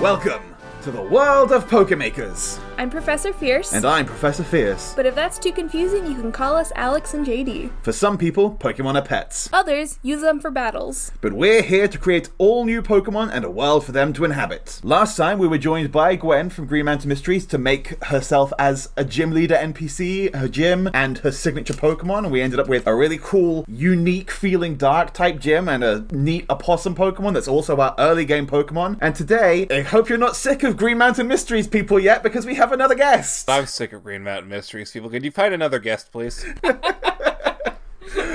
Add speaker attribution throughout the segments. Speaker 1: Welcome to the world of Pokemakers!
Speaker 2: I'm Professor Fierce.
Speaker 1: And I'm Professor Fierce.
Speaker 2: but if that's too confusing, you can call us Alex and JD.
Speaker 1: For some people, Pokemon are pets.
Speaker 2: Others use them for battles.
Speaker 1: But we're here to create all new Pokemon and a world for them to inhabit. Last time we were joined by Gwen from Green Mountain Mysteries to make herself as a gym leader NPC, her gym, and her signature Pokemon. And we ended up with a really cool, unique feeling dark type gym and a neat opossum Pokemon that's also our early game Pokemon. And today, I hope you're not sick of Green Mountain Mysteries people yet because we have another guest.
Speaker 3: I'm sick of Green Mountain Mysteries, people. Could you find another guest, please?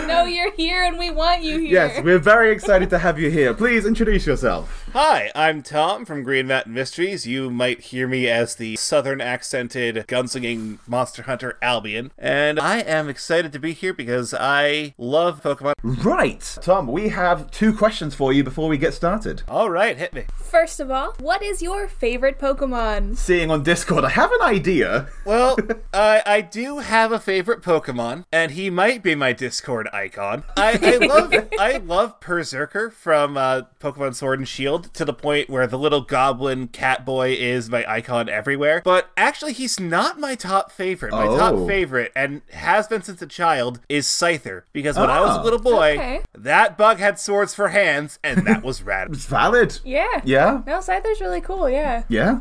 Speaker 2: No, you're here and we want you here.
Speaker 1: Yes, we're very excited to have you here. Please introduce yourself.
Speaker 3: Hi, I'm Tom from Green Mountain Mysteries. You might hear me as the southern accented gunslinging monster hunter Albion. And I am excited to be here because I love Pokemon.
Speaker 1: Right, Tom, we have two questions for you before we get started.
Speaker 3: All right, hit me.
Speaker 2: First of all, what is your favorite Pokemon?
Speaker 1: seeing on Discord. I have an idea.
Speaker 3: Well, I, I do have a favorite Pokemon, and he might be my Discord icon. I, I love I love Berserker from uh, Pokemon Sword and Shield to the point where the little goblin cat boy is my icon everywhere. But actually, he's not my top favorite. My
Speaker 1: Oh.
Speaker 3: top favorite, and has been since a child, is Scyther. Because when I was
Speaker 1: Ah.
Speaker 3: a little boy,
Speaker 2: Okay.
Speaker 3: that bug had swords for hands, and that was rad.
Speaker 1: It's valid.
Speaker 2: Yeah.
Speaker 1: Yeah.
Speaker 2: No, Scyther's really cool, yeah.
Speaker 1: Yeah.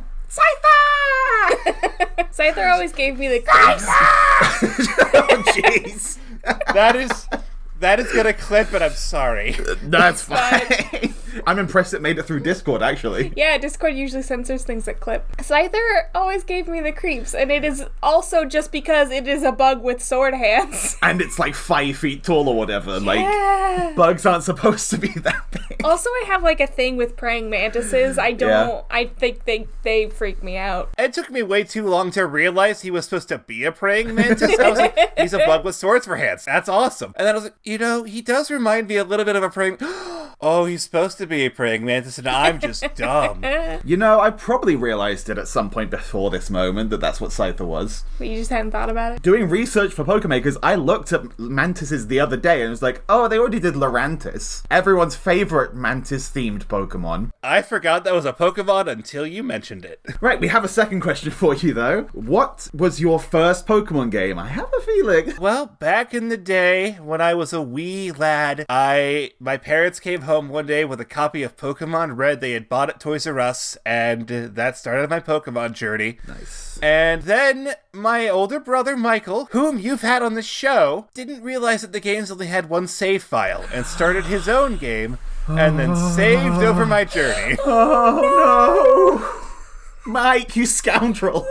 Speaker 2: Scyther always gave me the creeps.
Speaker 1: oh, jeez.
Speaker 3: that is that is gonna clip, and I'm sorry.
Speaker 1: That's fine. I'm impressed it made it through Discord, actually.
Speaker 2: Yeah, Discord usually censors things that clip. Scyther always gave me the creeps, and it is also just because it is a bug with sword hands.
Speaker 1: And it's like five feet tall or whatever. Like,
Speaker 2: Yeah.
Speaker 1: bugs aren't supposed to be that big.
Speaker 2: Also, I have like a thing with praying mantises. I don't.
Speaker 1: Yeah.
Speaker 2: I think they they freak me out.
Speaker 3: It took me way too long to realize he was supposed to be a praying mantis. I was like, he's a bug with swords for hands. That's awesome. And then I was like, you know, he does remind me a little bit of a praying. oh, he's supposed to be a praying mantis, and I'm just dumb.
Speaker 1: You know, I probably realized it at some point before this moment that that's what Scyther was.
Speaker 2: But you just hadn't thought about it.
Speaker 1: Doing research for Pokemakers, I looked at mantises the other day and was like, oh, they already did Lorantis, everyone's favorite mantis themed Pokemon.
Speaker 3: I forgot that was a Pokemon until you mentioned it.
Speaker 1: Right, we have a second question for you though. What was your first Pokemon game? I have a feeling.
Speaker 3: Well, back in the day when I was a wee lad, I my parents came home one day with a copy of Pokemon Red they had bought at Toys R Us, and that started my Pokemon journey.
Speaker 1: Nice.
Speaker 3: And then my older brother Michael, whom you've had on the show, didn't realize that the games only had one save file and started his own game and then saved over my journey.
Speaker 1: Oh no! Mike, you scoundrel!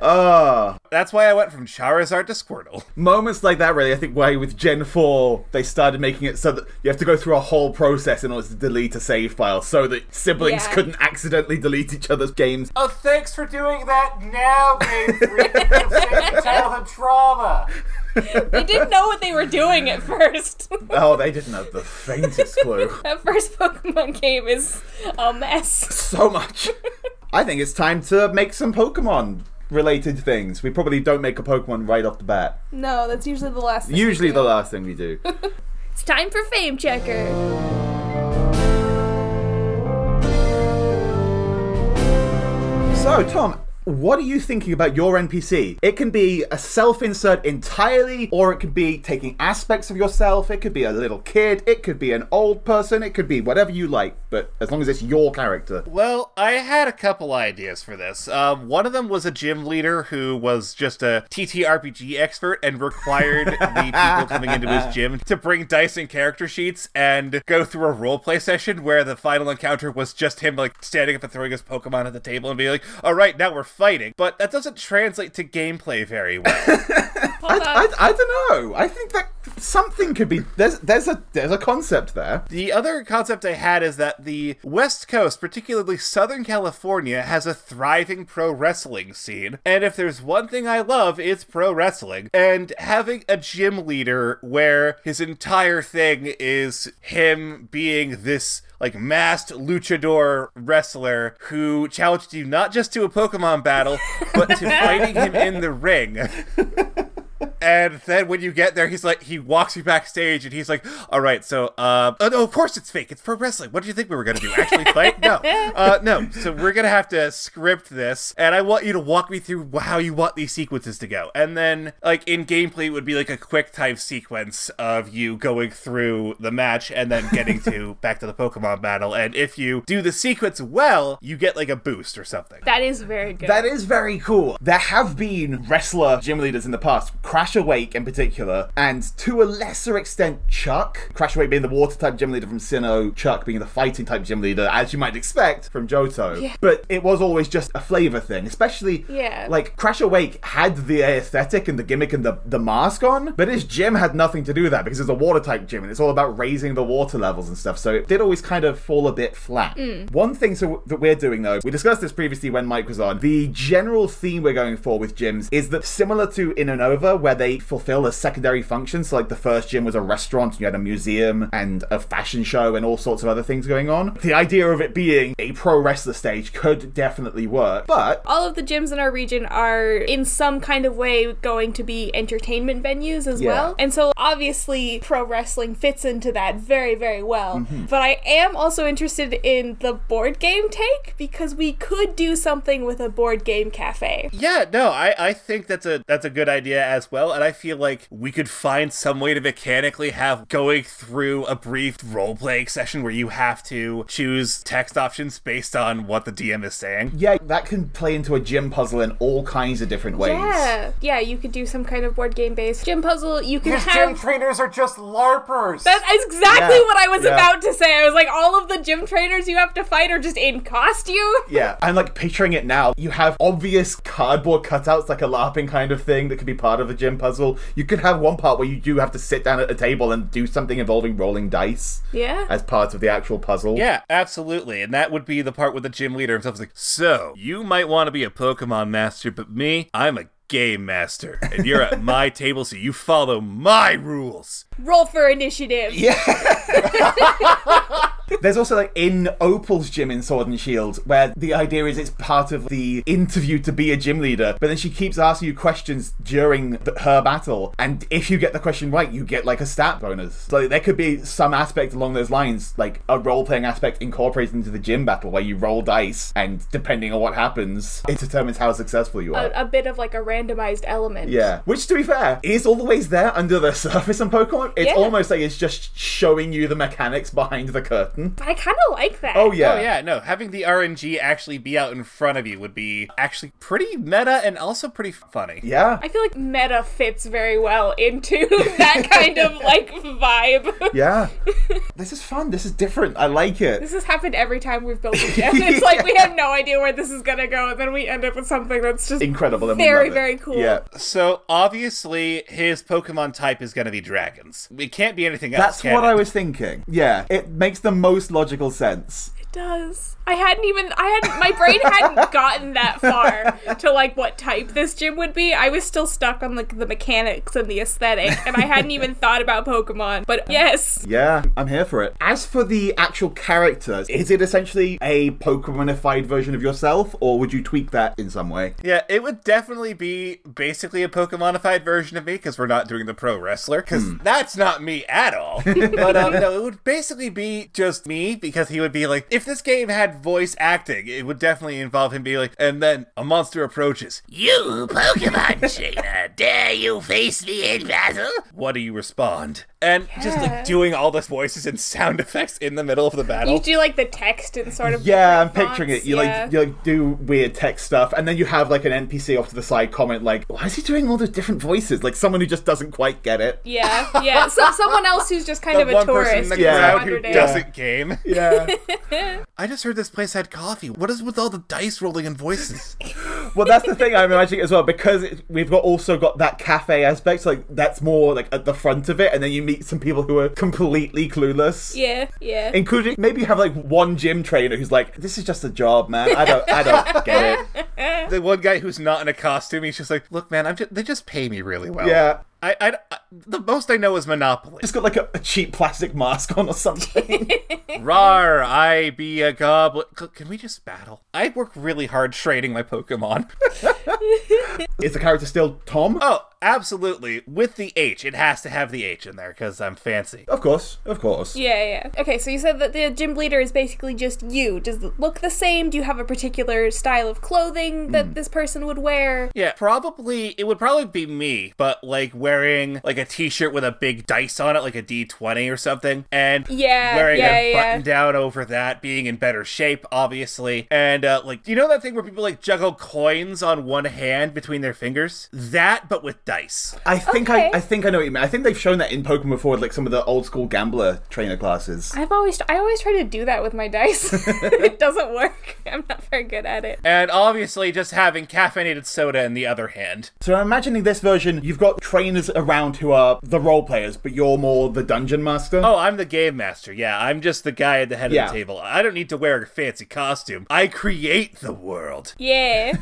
Speaker 1: Ah,
Speaker 3: That's why I went from Charizard to Squirtle.
Speaker 1: moments like that really, I think, why with Gen 4, they started making it so that you have to go through a whole process in order to delete a save file so that siblings
Speaker 2: Yeah.
Speaker 1: couldn't accidentally delete each other's games.
Speaker 3: Oh, thanks for doing that now, Game Freak. childhood trauma.
Speaker 2: They didn't know what they were doing at first.
Speaker 1: Oh, they didn't have the faintest clue.
Speaker 2: that first Pokemon game is a mess.
Speaker 1: so much. I think it's time to make some Pokemon related things. We probably don't make a Pokemon right off the bat.
Speaker 2: No, that's usually the last. Thing
Speaker 1: Usually the last thing we do.
Speaker 2: It's time for Fame Checker.
Speaker 1: so, Tom, what are you thinking about your NPC? It can be a self insert entirely, or it could be taking aspects of yourself. It could be a little kid. It could be an old person. It could be whatever you like, but as long as it's your character.
Speaker 3: Well, I had a couple ideas for this. Um, one of them was a gym leader who was just a TTRPG expert and required the people coming into his gym to bring dice and character sheets and go through a roleplay session where the final encounter was just him like standing up and throwing his Pokemon at the table and being like, "All right, now we're fighting." But that doesn't translate to gameplay very well.
Speaker 2: Hold on.
Speaker 1: I, I don't know. I think that something could be. There's there's a there's a concept there.
Speaker 3: The other concept I had is that the West Coast, particularly Southern California, has a thriving pro wrestling scene. And if there's one thing I love, it's pro wrestling. And having a gym leader where his entire thing is him being this like masked luchador wrestler who challenged you not just to a Pokemon battle, but to fighting him in the ring. And then when you get there, he's like, he walks you backstage, and he's like, "All right, so, uh, oh no, of course it's fake. It's pro wrestling. What do you think we were gonna do? Actually fight? No, uh, no. So we're gonna have to script this, and I want you to walk me through how you want these sequences to go. And then, like in gameplay, it would be like a quick time sequence of you going through the match, and then getting to back to the Pokemon battle. And if you do the sequence well, you get like a boost or something.
Speaker 2: That is very good.
Speaker 1: That is very cool. There have been wrestler gym leaders in the past, Crash Awake in particular, and to a lesser extent, Chuck. Crash Awake being the water type gym leader from Sinnoh, Chuck being the fighting type gym leader, as you might expect from Johto.
Speaker 2: Yeah.
Speaker 1: But it was always just a flavor thing, especially
Speaker 2: Yeah.
Speaker 1: like Crash Awake had the aesthetic and the gimmick and the, the mask on, but his gym had nothing to do with that because it's a water type gym and it's all about raising the water levels and stuff. So it did always kind of fall a bit flat. One thing so, that we're doing though, we discussed this previously when Mike was on. The general theme we're going for with gyms is that similar to In and Over, where they fulfill a secondary function. So like the first gym was a restaurant and you had a museum and a fashion show and all sorts of other things going on. The idea of it being a pro wrestler stage could definitely work, but
Speaker 2: all of the gyms in our region are in some kind of way going to be entertainment venues as
Speaker 1: Yeah.
Speaker 2: well. And so obviously pro wrestling fits into that very very well.
Speaker 1: Mm-hmm.
Speaker 2: But I am also interested in the board game take because we could do something with a board game cafe.
Speaker 3: Yeah, no, I, I think that's a that's a good idea as well, and I feel like we could find some way to mechanically have going through a brief role playing session where you have to choose text options based on what the DM is saying.
Speaker 1: Yeah, that can play into a gym puzzle in all kinds of different ways.
Speaker 2: Yeah. Yeah, you could do some kind of board game based gym puzzle. You
Speaker 4: gym
Speaker 2: could have
Speaker 4: trainers are just LARPers.
Speaker 2: That's exactly
Speaker 1: Yeah.
Speaker 2: what I was
Speaker 1: Yeah.
Speaker 2: about to say. I was like, all of the gym trainers you have to fight are just in costume.
Speaker 1: Yeah, I'm like picturing it now. You have obvious cardboard cutouts, like a LARPing kind of thing, that could be part of a gym puzzle. You could have one part where you do have to sit down at a table and do something involving rolling dice
Speaker 2: Yeah.
Speaker 1: as part of the actual puzzle.
Speaker 3: Yeah, absolutely. And that would be the part where the gym leader himself is like, So, you might want to be a Pokemon master, but me, I'm a game master. And you're at my table, so you follow my rules.
Speaker 2: Roll for initiative.
Speaker 1: There's also like in Opal's gym in Sword and Shield, where the idea is it's part of the interview to be a gym leader, but then she keeps asking you questions during the, her battle, and if you get the question right, you get like a stat bonus. So there could be some aspect along those lines, like a role-playing aspect incorporated into the gym battle, where you roll dice, and depending on what happens, it determines how successful you are.
Speaker 2: a, a bit of like a randomized element.
Speaker 1: Yeah. Which, to be fair, is always there under the surface in Pokemon. It's
Speaker 2: Yeah.
Speaker 1: almost like it's just showing you the mechanics behind the curtain.
Speaker 2: But I kind of like that.
Speaker 1: Oh, yeah.
Speaker 3: Oh yeah, no. Having the RNG actually be out in front of you would be actually pretty meta and also pretty funny.
Speaker 1: Yeah.
Speaker 2: I feel like meta fits very well into that kind of like vibe.
Speaker 1: Yeah. this is fun. This is different. I like it.
Speaker 2: This has happened every time we've built a gym. It's like we have no idea where this is gonna go, and then we end up with something that's just
Speaker 1: Incredible. and we
Speaker 2: Very,
Speaker 1: love it.
Speaker 2: very cool.
Speaker 1: Yeah.
Speaker 3: So obviously his Pokemon type is gonna be dragons. It can't be anything else.
Speaker 1: That's
Speaker 3: can
Speaker 1: what
Speaker 3: it?
Speaker 1: I was thinking. Yeah. It makes the most logical sense.
Speaker 2: It does. I hadn't even I hadn't my brain hadn't gotten that far to like what type this gym would be. I was still stuck on like the mechanics and the aesthetic, and I hadn't even thought about Pokemon. But yes.
Speaker 1: Yeah. I'm here for it. As for the actual characters, is it essentially a Pokemonified version of yourself, or would you tweak that in some way?
Speaker 3: Yeah, it would definitely be basically a Pokemonified version of me because we're not doing the pro wrestler because that's not me at all. but um, no, it would basically be just me because he would be like, if this game had voice acting, it would definitely involve him being like, and then a monster approaches. You Pokemon trainer, dare you face me in battle? What do you respond? And just
Speaker 2: Yeah.
Speaker 3: like doing all the voices and sound effects in the middle of the battle.
Speaker 2: You do like the text and sort of
Speaker 1: Yeah, I'm
Speaker 2: different
Speaker 1: picturing
Speaker 2: fonts,
Speaker 1: it. You
Speaker 2: yeah.
Speaker 1: like you like do weird tech stuff, and then you have like an NPC off to the side comment like, "Why is he doing all those different voices?" Like someone who just doesn't quite get it.
Speaker 2: Yeah, yeah. So someone else who's just kind
Speaker 3: the
Speaker 2: of a
Speaker 3: one
Speaker 2: tourist.
Speaker 3: person in the
Speaker 2: who's
Speaker 1: Yeah.
Speaker 3: crowd who
Speaker 2: wandered in.
Speaker 3: doesn't game.
Speaker 1: Yeah.
Speaker 3: I just heard this place had coffee. What is with all the dice rolling and voices?
Speaker 1: well, that's the thing I'm imagining as well because it, we've got also got that cafe aspect. So, like that's more like at the front of it, and then you meet some people who are completely clueless.
Speaker 2: Yeah, yeah.
Speaker 1: Including maybe you have like one gym trainer who's like, "This is just a job, man. I don't, I don't get it."
Speaker 3: the one guy who's not in a costume, he's just like, "Look, man, I'm just, they just pay me really well."
Speaker 1: Yeah,
Speaker 3: I, I, I- the most I know is Monopoly.
Speaker 1: just got like a, a cheap plastic mask on or something.
Speaker 3: Rar, I be a goblin. C- Can we just battle? I work really hard training my Pokemon.
Speaker 1: Is the character still Tom?
Speaker 3: Oh, absolutely. With the H. It has to have the H in there because I'm fancy.
Speaker 1: Of course, of course.
Speaker 2: Yeah, yeah. Okay, so you said that the gym leader is basically just you. Does it look the same? Do you have a particular style of clothing
Speaker 3: Mm.
Speaker 2: that this person would wear?
Speaker 3: Yeah, probably it would probably be me, but like wearing like a t-shirt with a big dice on it, like a D20 or something, and
Speaker 2: Yeah,
Speaker 3: wearing
Speaker 2: yeah,
Speaker 3: a
Speaker 2: yeah.
Speaker 3: button down over that, being in better shape, obviously, and uh, like you know that thing where people like juggle coins on one hand between their fingers, that but with dice.
Speaker 1: I think
Speaker 2: Okay.
Speaker 1: I, I think I know what you mean. I think they've shown that in Pokemon before, like some of the old school gambler trainer classes.
Speaker 2: I've always I always try to do that with my dice. it doesn't work. I'm not very good at it.
Speaker 3: And obviously, just having caffeinated soda in the other hand.
Speaker 1: So I'm imagining this version, you've got trainers around who are the role players, but you're more the dungeon master.
Speaker 3: Oh, I'm the game master. Yeah, I'm just the guy at the head
Speaker 1: Yeah.
Speaker 3: of the table. I don't need to wear a fancy costume. I create the world.
Speaker 2: Yeah.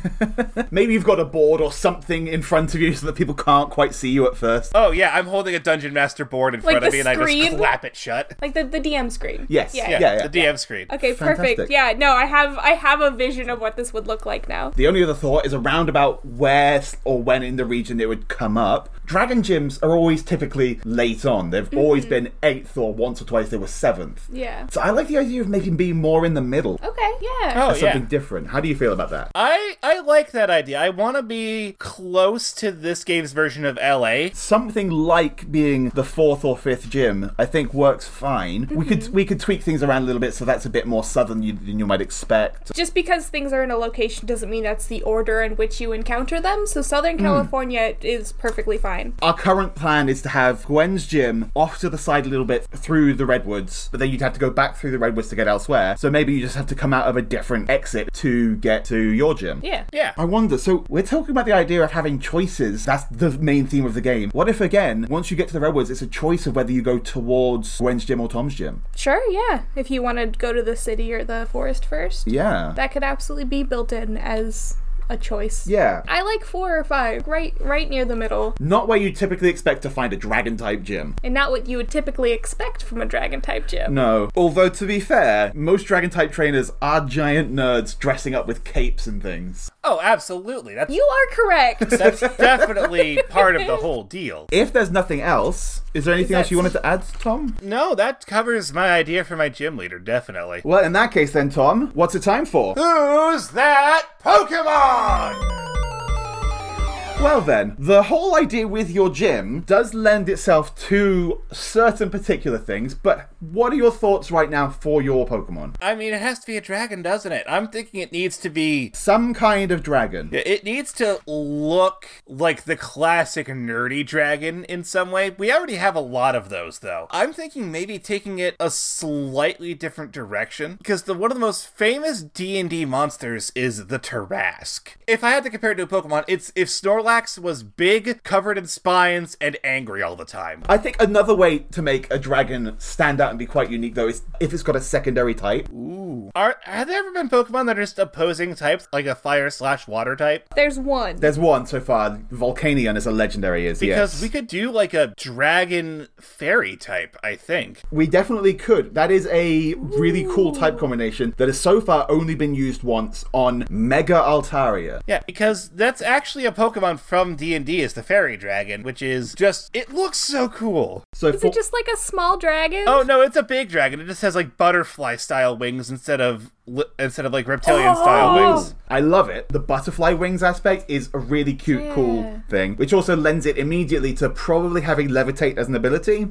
Speaker 1: Maybe you've got a board or something in front of you so that people can't quite see you at first.
Speaker 3: Oh yeah, I'm holding a dungeon master board in front
Speaker 2: the
Speaker 3: of me, and I just
Speaker 2: screen?
Speaker 3: clap it shut.
Speaker 2: like the, the DM screen.
Speaker 1: Yes.
Speaker 2: Yeah.
Speaker 3: Yeah,
Speaker 1: Yeah, yeah.
Speaker 3: the DM screen.
Speaker 2: Okay,
Speaker 1: Fantastic.
Speaker 2: perfect. Yeah, no, I have I have a vision of what this would look like now.
Speaker 1: The only other thought is around about where s- or when in the region it would come up. Dragon gyms are always typically late on. They've
Speaker 3: Mm-hmm.
Speaker 1: always been eighth or once or twice they were seventh.
Speaker 2: Yeah.
Speaker 1: So I like the idea of making B more in the middle.
Speaker 2: Okay, yeah.
Speaker 3: Oh
Speaker 1: That's
Speaker 3: yeah.
Speaker 1: Something different. How do you feel about that?
Speaker 3: I, I like that idea. I want to be close to this game's version of LA.
Speaker 1: something like being the fourth or fifth gym, I think works fine. We
Speaker 2: Mm-hmm.
Speaker 1: could we could tweak things around a little bit so that's a bit more southern you, than you might expect.
Speaker 2: Just because things are in a location doesn't mean that's the order in which you encounter them. So Southern
Speaker 1: Hmm.
Speaker 2: California is perfectly fine.
Speaker 1: Our current plan is to have Gwen's gym off to the side a little bit through the redwoods, but then you'd have to go back through the redwoods to get elsewhere. So maybe you just have to come out of a different exit to get to your gym.
Speaker 2: Yeah.
Speaker 3: Yeah.
Speaker 1: I wonder. So we're talking about the idea of having choices. That's the main theme of the game. What if again, once you get to the redwoods, it's a choice of whether you go towards Gwen's gym or Tom's gym?
Speaker 2: Sure, yeah. If you want to go to the city or the forest first,
Speaker 1: Yeah.
Speaker 2: that could absolutely be built in as a choice.
Speaker 1: yeah.
Speaker 2: I like 4 or 5, right right near the middle,
Speaker 1: Not where you typically expect to find a dragon type gym.
Speaker 2: and not what you would typically expect from a dragon type gym.
Speaker 1: No. Although, to be fair, most dragon type trainers are giant nerds dressing up with capes and things.
Speaker 3: Oh, absolutely. That's
Speaker 2: You are correct.
Speaker 3: that's definitely part of the whole deal.
Speaker 1: If there's nothing else, is there anything else you wanted to add, Tom?
Speaker 3: No, that covers my idea for my gym leader, definitely.
Speaker 1: Well, in that case, then, Tom, what's it time for?
Speaker 3: Who's that Pokemon?
Speaker 1: Well, then, the whole idea with your gym does lend itself to certain particular things, but what are your thoughts right now for your Pokemon?
Speaker 3: I mean, it has to be a dragon, doesn't it? I'm thinking it needs to be
Speaker 1: Some kind of dragon.
Speaker 3: Yeah, It needs to look like the classic nerdy dragon in some way. We already have a lot of those, though. I'm thinking maybe taking it a slightly different direction because the one of the most famous D&D monsters is the Tarrasque. If I had to compare it to a Pokemon, it's if Snorlax was big, covered in spines, and angry all the time.
Speaker 1: I think another way to make a dragon stand out and be quite unique, though, is if it's got a secondary type.
Speaker 3: Are have there ever been Pokemon that are just opposing types, like a fire slash water type?
Speaker 2: There's one.
Speaker 1: There's one so far. Volcanion is a legendary, is
Speaker 3: Because
Speaker 1: yes.
Speaker 3: we could do like a dragon fairy type, I think.
Speaker 1: We definitely could. That is a really cool type combination that has so far only been used once on Mega Altaria.
Speaker 3: Yeah, because that's actually a Pokemon from D and D is the fairy dragon, which is just it looks so cool.
Speaker 1: So
Speaker 2: Is
Speaker 1: for-
Speaker 2: it just like a small dragon?
Speaker 3: Oh no, it's a big dragon. It just has like butterfly style wings instead of li- instead of like reptilian style
Speaker 2: Oh.
Speaker 3: wings.
Speaker 1: I love it. The butterfly wings aspect is a really cute, cool thing, which also lends it immediately to probably having levitate as an ability.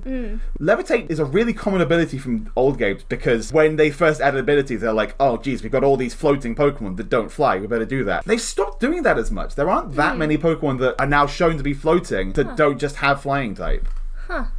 Speaker 1: Levitate is a really common ability from old games because when they first added abilities, they're like, oh, geez, we've got all these floating Pokemon that don't fly. We better do that. They stopped doing that as much. There aren't that many Pokemon that are now shown to be floating that don't just have flying type.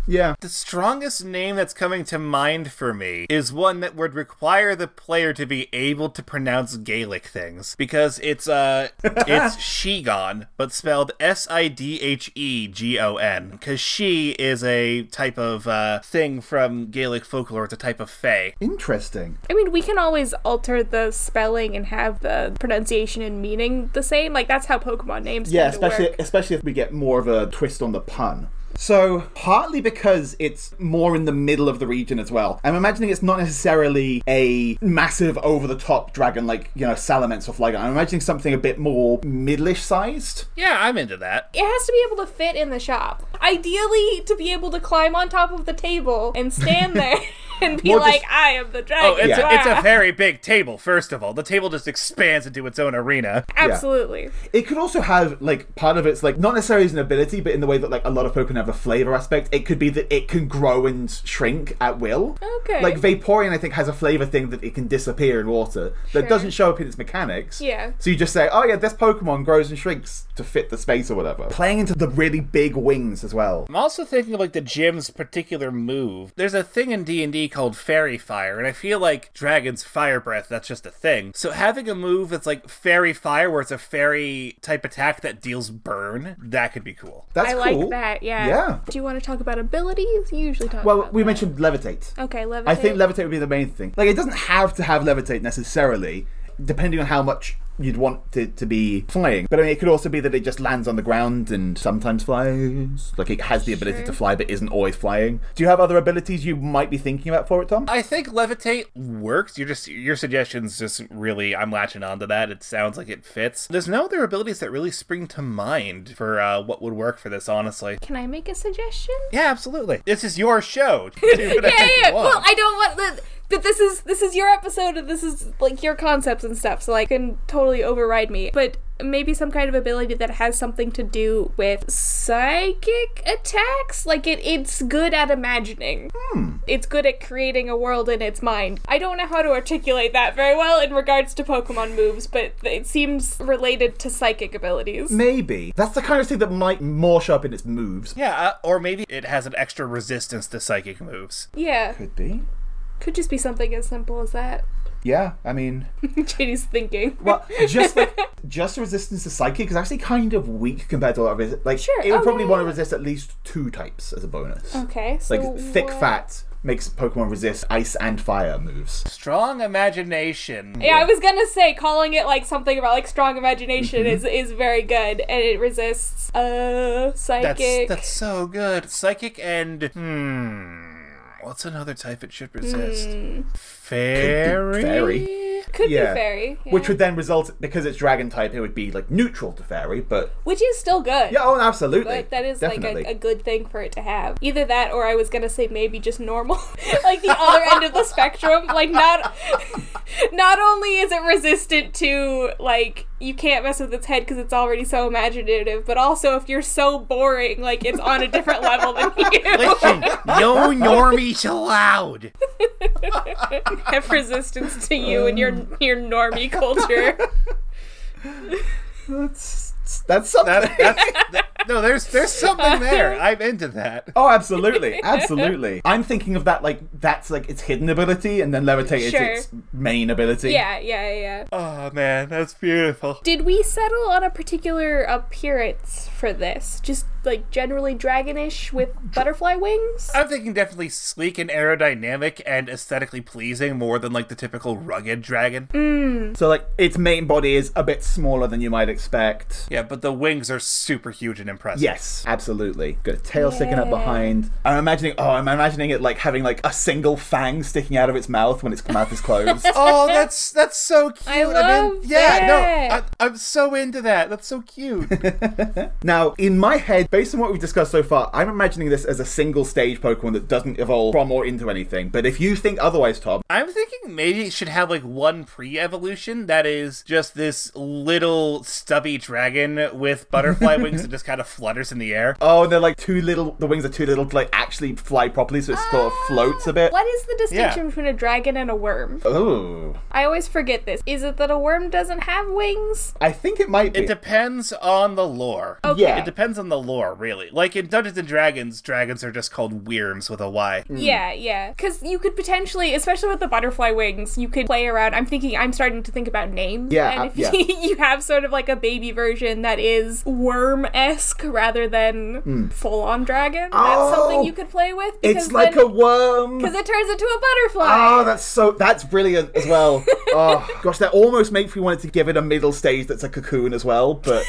Speaker 1: Yeah.
Speaker 3: The strongest name that's coming to mind for me is one that would require the player to be able to pronounce Gaelic things because it's uh it's Shigon, but spelled S I D H E G O N because she is a type of uh, thing from Gaelic folklore. It's a type of fae.
Speaker 1: Interesting.
Speaker 2: I mean, we can always alter the spelling and have the pronunciation and meaning the same. Like that's how Pokemon names
Speaker 1: Yeah,
Speaker 2: tend to
Speaker 1: especially
Speaker 2: work.
Speaker 1: especially if we get more of a twist on the pun. So, partly because it's more in the middle of the region as well. I'm imagining it's not necessarily a massive over the top dragon like, you know, Salamence or Flygon. I'm imagining something a bit more middlish sized.
Speaker 3: Yeah, I'm into that.
Speaker 2: It has to be able to fit in the shop. Ideally, to be able to climb on top of the table and stand there and be
Speaker 1: More just-
Speaker 2: like, I am the dragon.
Speaker 3: Oh, it's,
Speaker 1: Yeah.
Speaker 3: a, it's a
Speaker 2: Wow.
Speaker 3: very big table, first of all. The table just expands into its own arena.
Speaker 2: Absolutely.
Speaker 1: It could also have like part of it's like not necessarily as an ability, but in the way that like a lot of Pokemon have a flavor aspect, it could be that it can grow and shrink at will.
Speaker 2: Okay.
Speaker 1: Like Vaporeon, I think has a flavor thing that it can disappear in water that
Speaker 2: Sure.
Speaker 1: doesn't show up in its mechanics.
Speaker 2: Yeah.
Speaker 1: So you just say, oh yeah, this Pokemon grows and shrinks to fit the space or whatever. Playing into the really big wings as well.
Speaker 3: I'm also thinking of like the gym's particular move. There's a thing in D&D called fairy fire, and I feel like Dragon's fire breath, that's just a thing. So having a move that's like fairy fire where it's a fairy type attack that deals burn, that could be cool.
Speaker 1: That's
Speaker 2: I
Speaker 1: cool.
Speaker 2: like that, yeah.
Speaker 1: Yeah.
Speaker 2: Do you want to talk about abilities? You usually talk
Speaker 1: Well,
Speaker 2: about
Speaker 1: we
Speaker 2: that.
Speaker 1: mentioned levitate.
Speaker 2: Okay, levitate.
Speaker 1: I think levitate would be the main thing. Like, it doesn't have to have levitate necessarily, depending on how much you'd want it to be flying. But I mean, it could also be that it just lands on the ground and sometimes flies. Like, it has the ability to fly, but isn't always flying. Do you have other abilities you might be thinking about for it, Tom?
Speaker 3: I think levitate works. You're just your suggestions just really I'm latching onto that. It sounds like it fits. There's no other abilities that really spring to mind for uh, what would work for this, honestly.
Speaker 2: Can I make a suggestion?
Speaker 3: Yeah, absolutely. This is your show. Do whatever
Speaker 2: yeah,
Speaker 3: you
Speaker 2: yeah.
Speaker 3: want.
Speaker 2: Well, I don't want the. But this is this is your episode, and this is like your concepts and stuff. So like, can totally override me. But maybe some kind of ability that has something to do with psychic attacks. Like it, it's good at imagining.
Speaker 1: Hmm.
Speaker 2: It's good at creating a world in its mind. I don't know how to articulate that very well in regards to Pokemon moves, but it seems related to psychic abilities.
Speaker 1: Maybe. That's the kind of thing that might more show up in its moves.
Speaker 3: Yeah, uh, or maybe it has an extra resistance to psychic moves.
Speaker 2: yeah,
Speaker 1: Could be.
Speaker 2: could just be something as simple as that.
Speaker 1: Yeah, I mean,
Speaker 2: Jenny's thinking.
Speaker 1: well, just like just resistance to psychic is actually kind of weak compared to a lot of it. Like,
Speaker 2: Sure.
Speaker 1: it would
Speaker 2: Oh,
Speaker 1: probably
Speaker 2: yeah,
Speaker 1: want to
Speaker 2: yeah.
Speaker 1: resist at least two types as a bonus.
Speaker 2: Okay, so
Speaker 1: like thick
Speaker 2: what-
Speaker 1: fat makes Pokemon resist ice and fire moves.
Speaker 3: Strong imagination.
Speaker 2: Yeah, I was gonna say calling it like something about like strong imagination is
Speaker 1: Mm-hmm.
Speaker 2: is very good, and it resists uh
Speaker 3: That's
Speaker 2: psychic.
Speaker 3: that's so good. Psychic and hmm, what's another type it should resist? Fairy.
Speaker 1: fairy.
Speaker 2: Could
Speaker 1: yeah.
Speaker 2: be fairy, yeah.
Speaker 1: Which would then result because it's dragon type, it would be like neutral to fairy, but
Speaker 2: Which is still good.
Speaker 1: yeah, oh, absolutely,
Speaker 2: But that is
Speaker 1: definitely.
Speaker 2: like a, a good thing for it to have. Either that, or I was gonna say maybe just normal, like the other end of the spectrum. Like not, not only is it resistant to like you can't mess with its head because it's already so imaginative, but also if you're so boring, like it's on a different level than you.
Speaker 3: Listen, no normies allowed.
Speaker 2: have resistance to you and your your normie culture.
Speaker 1: that's, that's something.
Speaker 3: That, that's, that- no, there's there's something there. I'm into that.
Speaker 1: Oh, absolutely, absolutely. I'm thinking of that like that's like its hidden ability, and then levitate
Speaker 2: Sure.
Speaker 1: is its main ability.
Speaker 2: yeah, yeah, yeah.
Speaker 3: Oh man, that's beautiful.
Speaker 2: Did we settle on a particular appearance for this? Just like generally dragonish with butterfly wings?
Speaker 3: I'm thinking definitely sleek and aerodynamic and aesthetically pleasing more than like the typical rugged dragon.
Speaker 1: So like its main body is a bit smaller than you might expect.
Speaker 3: Yeah, but the wings are super huge and impressive.
Speaker 1: Yes, absolutely. Got a tail sticking out
Speaker 2: Yeah.
Speaker 1: behind. I'm imagining. Oh, I'm imagining it like having like a single fang sticking out of its mouth when its mouth is closed.
Speaker 3: Oh, that's that's so cute.
Speaker 2: I
Speaker 3: mean,
Speaker 2: love
Speaker 3: yeah,
Speaker 2: that.
Speaker 3: no, I, I'm so into that. That's so cute.
Speaker 1: now, in my head, based on what we've discussed so far, I'm imagining this as a single stage Pokemon that doesn't evolve from or into anything. But if you think otherwise, Tom,
Speaker 3: I'm thinking maybe it should have like one pre-evolution that is just this little stubby dragon with butterfly wings that just kind of flutters in the air.
Speaker 1: oh, they're like too little. The wings are too little to like actually fly properly, so it sort of floats a bit.
Speaker 2: Ah, What is the distinction
Speaker 3: Yeah.
Speaker 2: between a dragon and a worm?
Speaker 1: Oh,
Speaker 2: I always forget this. Is it that a worm doesn't have wings?
Speaker 1: I think it might be.
Speaker 3: It depends on the lore.
Speaker 2: Okay.
Speaker 1: Yeah.
Speaker 3: It depends on the lore, really. Like in Dungeons and Dragons, dragons are just called worms with a Y.
Speaker 2: Yeah, yeah. Because you could potentially, especially with the butterfly wings, you could play around. I'm thinking, I'm starting to think about names.
Speaker 1: Yeah,
Speaker 2: and
Speaker 1: uh,
Speaker 2: if
Speaker 1: yeah.
Speaker 2: you have sort of like a baby version that is worm esque rather than full on dragon, that's
Speaker 1: Hmm. Oh!
Speaker 2: something you could play with.
Speaker 1: it's like a worm.
Speaker 2: because it turns into a butterfly.
Speaker 1: Oh, that's so that's brilliant as well. oh gosh, that almost makes me want to give it a middle stage that's a cocoon as well, but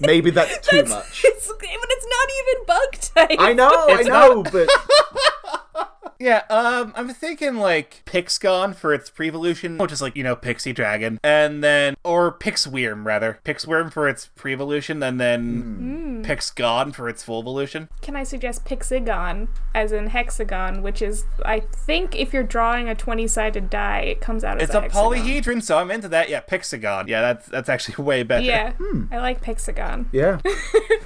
Speaker 1: maybe that's too much.
Speaker 2: It's, but it's not even bug type.
Speaker 1: I know, I
Speaker 3: It's
Speaker 1: know, but
Speaker 3: Yeah, um, I'm thinking like Pixgon for its prevolution, which is like, you know, Pixie Dragon, and then, or Pixworm rather. Pixworm for its prevolution, and
Speaker 2: Hmm.
Speaker 3: then Pixgon for its full evolution.
Speaker 2: Can I suggest Pixigon, as in hexagon, which is, I think, if you're drawing a 20 sided die, it comes out as
Speaker 3: It's
Speaker 2: a,
Speaker 3: a
Speaker 2: hexagon.
Speaker 3: polyhedron, so I'm into that. Yeah, Pixagon. Yeah, that's that's actually way better.
Speaker 2: Yeah,
Speaker 1: Hmm.
Speaker 2: I like Pixigon.
Speaker 1: yeah,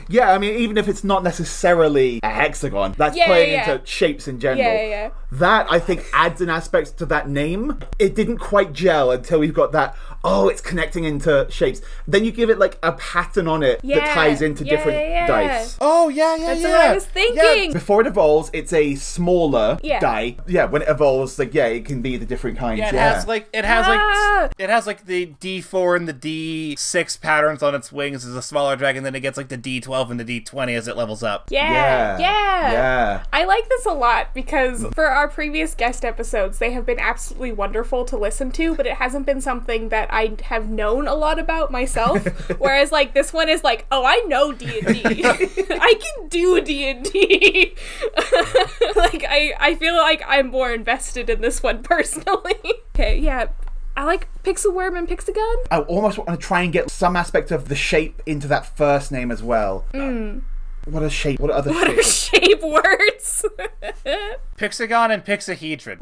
Speaker 1: yeah. I mean, even if it's not necessarily a hexagon, that's
Speaker 2: Yeah,
Speaker 1: playing
Speaker 2: yeah, yeah.
Speaker 1: into shapes in general.
Speaker 2: Yeah, yeah, yeah.
Speaker 1: That I think adds an aspect to that name. It didn't quite gel until we've got that. Oh, it's connecting into shapes. Then you give it like a pattern on it that
Speaker 2: Yeah,
Speaker 1: ties into
Speaker 2: yeah,
Speaker 1: different
Speaker 2: yeah, yeah.
Speaker 1: dice.
Speaker 3: Oh yeah, yeah,
Speaker 2: That's
Speaker 3: yeah.
Speaker 2: what I was
Speaker 3: Yeah,
Speaker 2: thinking.
Speaker 1: Before it evolves, it's a smaller
Speaker 2: Yeah.
Speaker 1: die. Yeah, when it evolves, like yeah, it can be the different kinds.
Speaker 3: Yeah,
Speaker 1: Yeah,
Speaker 3: it has like it has
Speaker 2: Ah.
Speaker 3: like it has like the D four and the D six patterns on its wings as a smaller dragon. Then it gets like the D twelve and the D twenty as it levels up.
Speaker 2: Yeah, yeah.
Speaker 1: yeah.
Speaker 2: I like this a lot because for our previous guest episodes, they have been absolutely wonderful to listen to, but it hasn't been something that I have known a lot about myself. Whereas like this one is like, oh, I know D and D. I can do D and D. Like I, I feel like I'm more invested in this one personally. okay, yeah. I like Pixel Worm and Pixagon.
Speaker 1: I almost want to try and get some aspect of the shape into that first name as well. What a shape! What other
Speaker 2: Hmm. What are
Speaker 1: shapes?
Speaker 2: shape words?
Speaker 3: Pixagon and Pixahedron.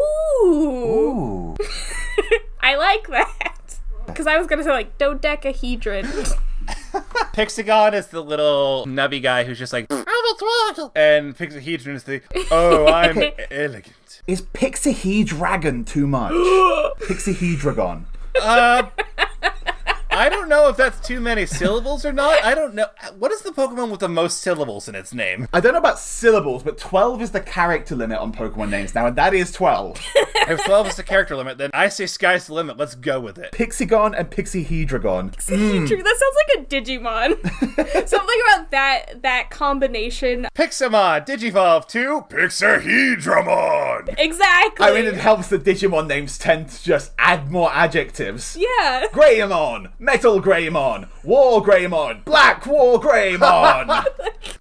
Speaker 2: Ooh.
Speaker 1: Ooh.
Speaker 2: I like that. Because I was going to say, like, dodecahedron.
Speaker 3: Pixagon is the little nubby guy who's just like, and Pixahedron is the, oh, I'm elegant.
Speaker 1: Is Pixiehedragon too much? Pixiehedragon.
Speaker 3: Uh, I don't know if that's too many syllables or not. I don't know. What is the Pokemon with the most syllables in its name?
Speaker 1: I don't know about syllables, but 12 is the character limit on Pokemon names now, and that is 12.
Speaker 3: If 12 is the character limit, then I say sky's the limit. Let's go with it.
Speaker 1: Pixigon and Pixiehedragon. Hmm.
Speaker 2: Pixahedron. That sounds like a Digimon. Something about that that combination.
Speaker 3: Pixamon Digivolve to Pixahedramon!
Speaker 2: Exactly.
Speaker 1: I mean, it helps the Digimon names tend to just add more adjectives.
Speaker 2: yeah.
Speaker 1: Greymon, Metal Greymon, War Greymon, Black War Greymon.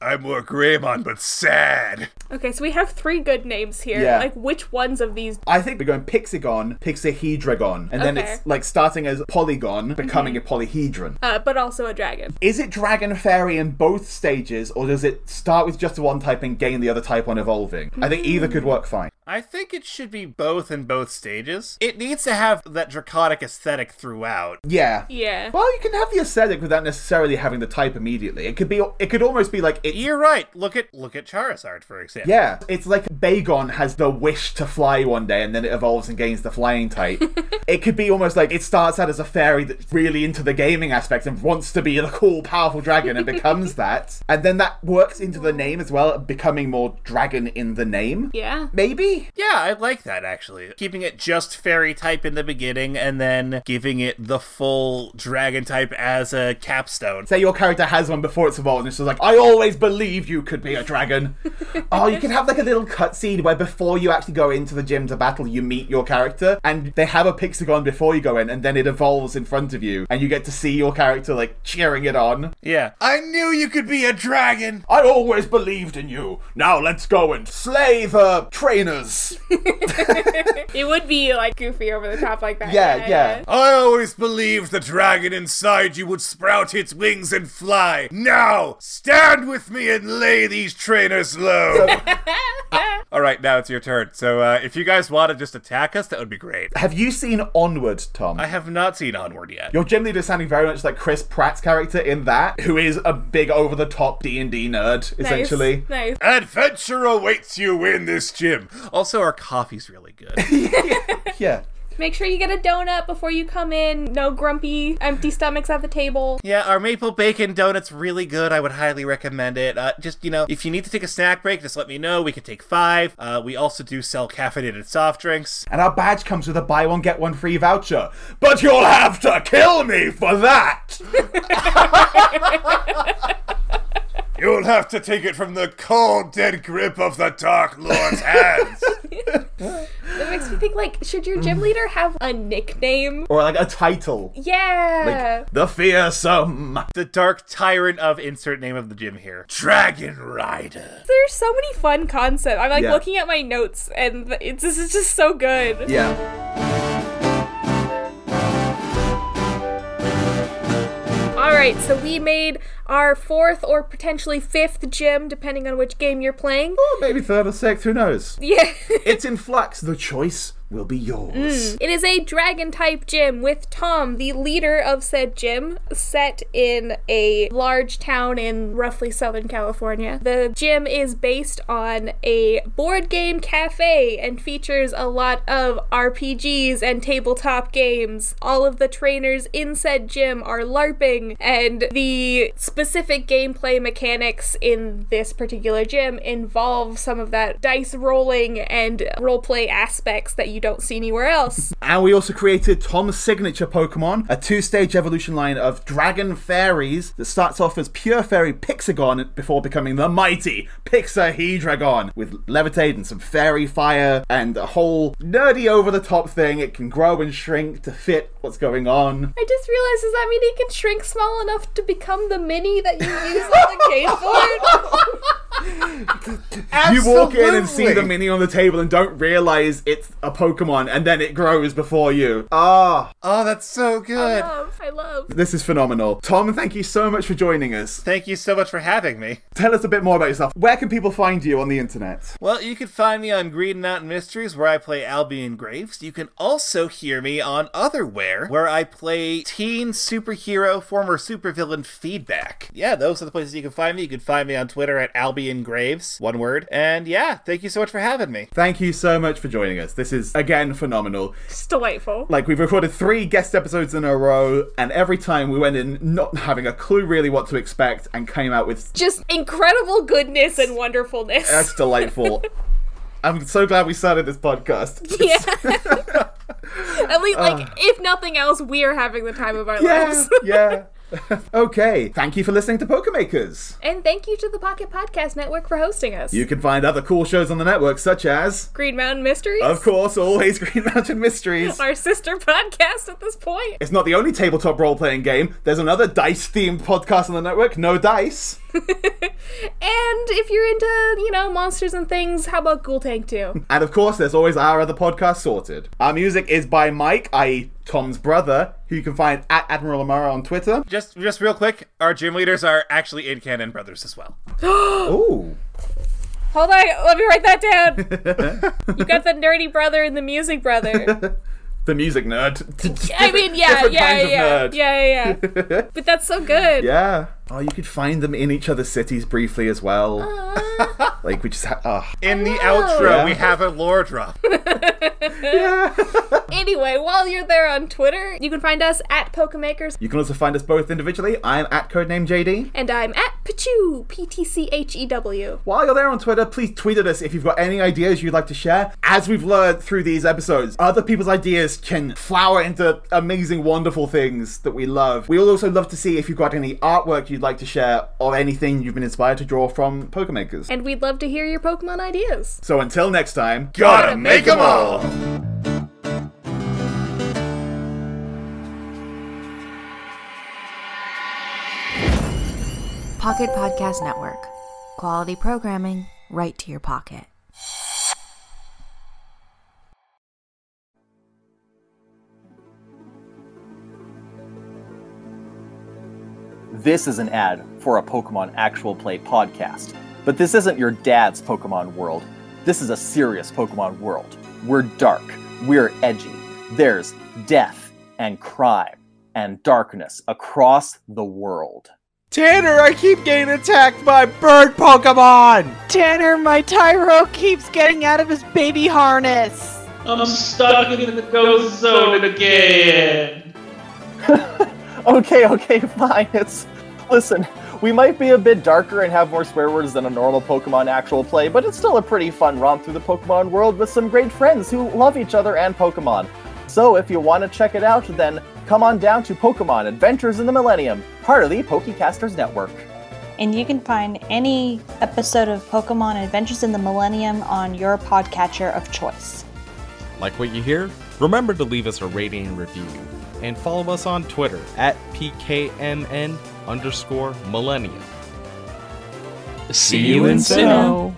Speaker 3: I'm more Greymon, but sad.
Speaker 2: Okay, so we have three good names here.
Speaker 1: Yeah.
Speaker 2: Like, which ones of these?
Speaker 1: I think we're going Pixigon, Pixiehedragon, and then
Speaker 2: Okay.
Speaker 1: it's like starting as polygon, becoming a polyhedron.
Speaker 2: Uh, but also a dragon.
Speaker 1: Is it dragon fairy in both stages, or does it start with just one type and gain the other type on evolving? I think either could work fine.
Speaker 3: I think it should be both in both stages. It needs to have that draconic aesthetic throughout.
Speaker 1: Yeah.
Speaker 2: Yeah.
Speaker 1: Well, you can have the aesthetic without necessarily having the type immediately. It could be. It could almost be like it.
Speaker 3: You're right. Look at look at Charizard for example.
Speaker 1: Yeah, it's like Bagon has the wish to fly one day, and then it evolves and gains the flying type. it could be almost like it starts out as a fairy that's really into the gaming aspect and wants to be the cool, powerful dragon, and becomes that, and then that works into the name as well, becoming more dragon in the name.
Speaker 2: Yeah.
Speaker 1: Maybe.
Speaker 3: Yeah, I like that actually. Keeping it just fairy type in the beginning and then giving it the full dragon type as a capstone.
Speaker 1: Say your character has one before it's evolved, and it's just like, I always believed you could be a dragon. oh, you could have like a little cutscene where before you actually go into the gym to battle, you meet your character, and they have a pixagon before you go in, and then it evolves in front of you, and you get to see your character like cheering it on.
Speaker 3: Yeah. I knew you could be a dragon.
Speaker 1: I always believed in you. Now let's go and slay the trainers.
Speaker 2: It would be like goofy over the top like that.
Speaker 1: Yeah, yeah.
Speaker 3: I always believed the dragon inside you would sprout its wings and fly. Now, stand with me and lay these trainers low. All right, now it's your turn. So, uh, if you guys want to just attack us, that would be great.
Speaker 1: have you seen Onward, Tom?
Speaker 3: I have not seen Onward yet.
Speaker 1: your gym leader is sounding very much like Chris Pratt's character in that, who is a big over-the-top D&D nerd,
Speaker 2: Nice,
Speaker 1: essentially.
Speaker 2: Nice.
Speaker 3: Adventure awaits you in this gym. Also, our coffee's really good.
Speaker 1: Yeah.
Speaker 2: Make sure you get a donut before you come in. No grumpy, empty stomachs at the table.
Speaker 3: yeah, our maple bacon donut's really good. I would highly recommend it. Uh, just, you know, if you need to take a snack break, just let me know. We can take five. Uh, we also do sell caffeinated soft drinks.
Speaker 1: and our badge comes with a buy one get one free voucher. But you'll have to kill me for that.
Speaker 3: You'll have to take it from the cold, dead grip of the Dark Lord's hands.
Speaker 2: That makes me think like, should your
Speaker 1: Mm.
Speaker 2: gym leader have a nickname?
Speaker 1: or like a title.
Speaker 2: Yeah.
Speaker 1: The fearsome.
Speaker 3: The dark tyrant of insert name of the gym here. Dragon Rider.
Speaker 2: There's so many fun concepts. I'm like
Speaker 1: Yeah.
Speaker 2: looking at my notes, and th- it's, this is just so good.
Speaker 1: Yeah.
Speaker 2: All right, so we made our fourth or potentially fifth gym, depending on which game you're playing.
Speaker 1: Or maybe third or sixth, who knows?
Speaker 2: Yeah.
Speaker 1: It's in flux. The choice will be yours.
Speaker 2: It is a dragon type gym with Tom, the leader of said gym, set in a large town in roughly Southern California. The gym is based on a board game cafe and features a lot of RPGs and tabletop games. All of the trainers in said gym are LARPing, and the specific gameplay mechanics in this particular gym involve some of that dice rolling and roleplay aspects that you don't see anywhere else.
Speaker 1: And we also created Tom's signature Pokemon, a two stage evolution line of dragon fairies that starts off as pure fairy Pixagon before becoming the mighty Pixahedragon with levitate and some fairy fire and a whole nerdy over the top thing. It can grow and shrink to fit what's going on.
Speaker 2: I just realized, does that mean he can shrink small enough to become the mini that you use on the game board?
Speaker 1: You walk in and see the
Speaker 3: Absolutely.
Speaker 1: mini on the table and don't realize it's a Pokemon and then it grows before you. Ah,
Speaker 3: Oh, that's so
Speaker 2: I
Speaker 3: good.
Speaker 2: love, I love.
Speaker 1: this is phenomenal. Tom, thank you so much for joining us.
Speaker 3: Thank you so much for having me.
Speaker 1: Tell us a bit more about yourself. Where can people find you on the internet?
Speaker 3: Well, you can find me on Green Mountain Mysteries, where I play Albion Graves. You can also hear me on Otherwhere, where I play teen superhero, former supervillain feedback. Yeah, those are the places you can find me. You can find me on Twitter at Albion Graves, one word. And yeah, thank you so much for having me.
Speaker 1: Thank you so much for joining us. This is again phenomenal.
Speaker 2: It's delightful.
Speaker 1: Like we've recorded three guest episodes in a row, and every time we went in not having a clue really what to expect, and came out with
Speaker 2: Just incredible goodness and wonderfulness.
Speaker 1: that's delightful. I'm so glad we started this podcast.
Speaker 2: yeah. At least, like, if nothing else, we are having the time of our
Speaker 1: Uh. Yeah,
Speaker 2: lives.
Speaker 1: yeah. okay, thank you for listening to Pokemakers.
Speaker 2: And thank you to the Pocket Podcast Network for hosting us.
Speaker 1: You can find other cool shows on the network, such as,
Speaker 2: Green Mountain Mysteries,
Speaker 1: of course, always Green Mountain Mysteries.
Speaker 2: our sister podcast at this point.
Speaker 1: It's not the only tabletop role playing game. There's another dice themed podcast on the network, No Dice.
Speaker 2: And if you're into, you know, monsters and things, how about Ghoul Tank 2?
Speaker 1: And of course, there's always our other podcast, Sorted. Our music is by Mike, i.e., Tom's brother, who you can find at Admiral Amara on Twitter.
Speaker 3: Just, just real quick, our gym leaders are actually in canon brothers as well.
Speaker 2: Oh.
Speaker 1: Ooh.
Speaker 2: Hold on, let me write that down. you got the nerdy brother and the music brother.
Speaker 1: The music nerd.
Speaker 2: I mean, yeah,
Speaker 1: different
Speaker 2: yeah,
Speaker 1: kinds of
Speaker 2: yeah,
Speaker 1: nerd.
Speaker 2: yeah, yeah, yeah. But that's so good.
Speaker 1: yeah. Oh, you could find them in each other's cities briefly as well.
Speaker 2: Uh,
Speaker 1: Like, we just ha- ah.
Speaker 3: In the
Speaker 2: Hello.
Speaker 3: outro,
Speaker 1: Yeah.
Speaker 3: we have a lore drop.
Speaker 1: Yeah.
Speaker 2: anyway, while you're there on Twitter, you can find us at Pokemakers,
Speaker 1: you can also find us both individually. I'm at Codename JD.
Speaker 2: and I'm at Pichu, P T C H E W.
Speaker 1: While you're there on Twitter, please tweet at us if you've got any ideas you'd like to share. As we've learned through these episodes, other people's ideas can flower into amazing, wonderful things that we love. We'll also love to see if you've got any artwork you'd like to share or anything you've been inspired to draw from Pokemakers.
Speaker 2: And we'd love to hear your Pokemon ideas.
Speaker 1: So until next time,
Speaker 3: Gotta make 'em all!
Speaker 5: Pocket Podcast Network. Quality programming right to your pocket.
Speaker 6: This is an ad for a Pokemon actual play podcast. But this isn't your dad's Pokemon world. This is a serious Pokemon world. We're dark. We're edgy. There's death and crime and darkness across the world.
Speaker 7: Tanner, I keep getting attacked by bird Pokemon!
Speaker 8: Tanner, my Tyro keeps getting out of his baby harness.
Speaker 9: I'm stuck in the ghost zone again.
Speaker 6: okay, okay, fine. It's listen. We might be a bit darker and have more swear words than a normal Pokemon actual play, but it's still a pretty fun romp through the Pokemon world with some great friends who love each other and Pokemon. So if you want to check it out, then come on down to Pokemon Adventures in the Millennium, part of the Pokecasters Network.
Speaker 10: And you can find any episode of Pokemon Adventures in the Millennium on your podcatcher of choice.
Speaker 11: Like what you hear? Remember to leave us a rating and review. And follow us on Twitter at PKMN underscore millennia.
Speaker 12: See you in Sinnoh.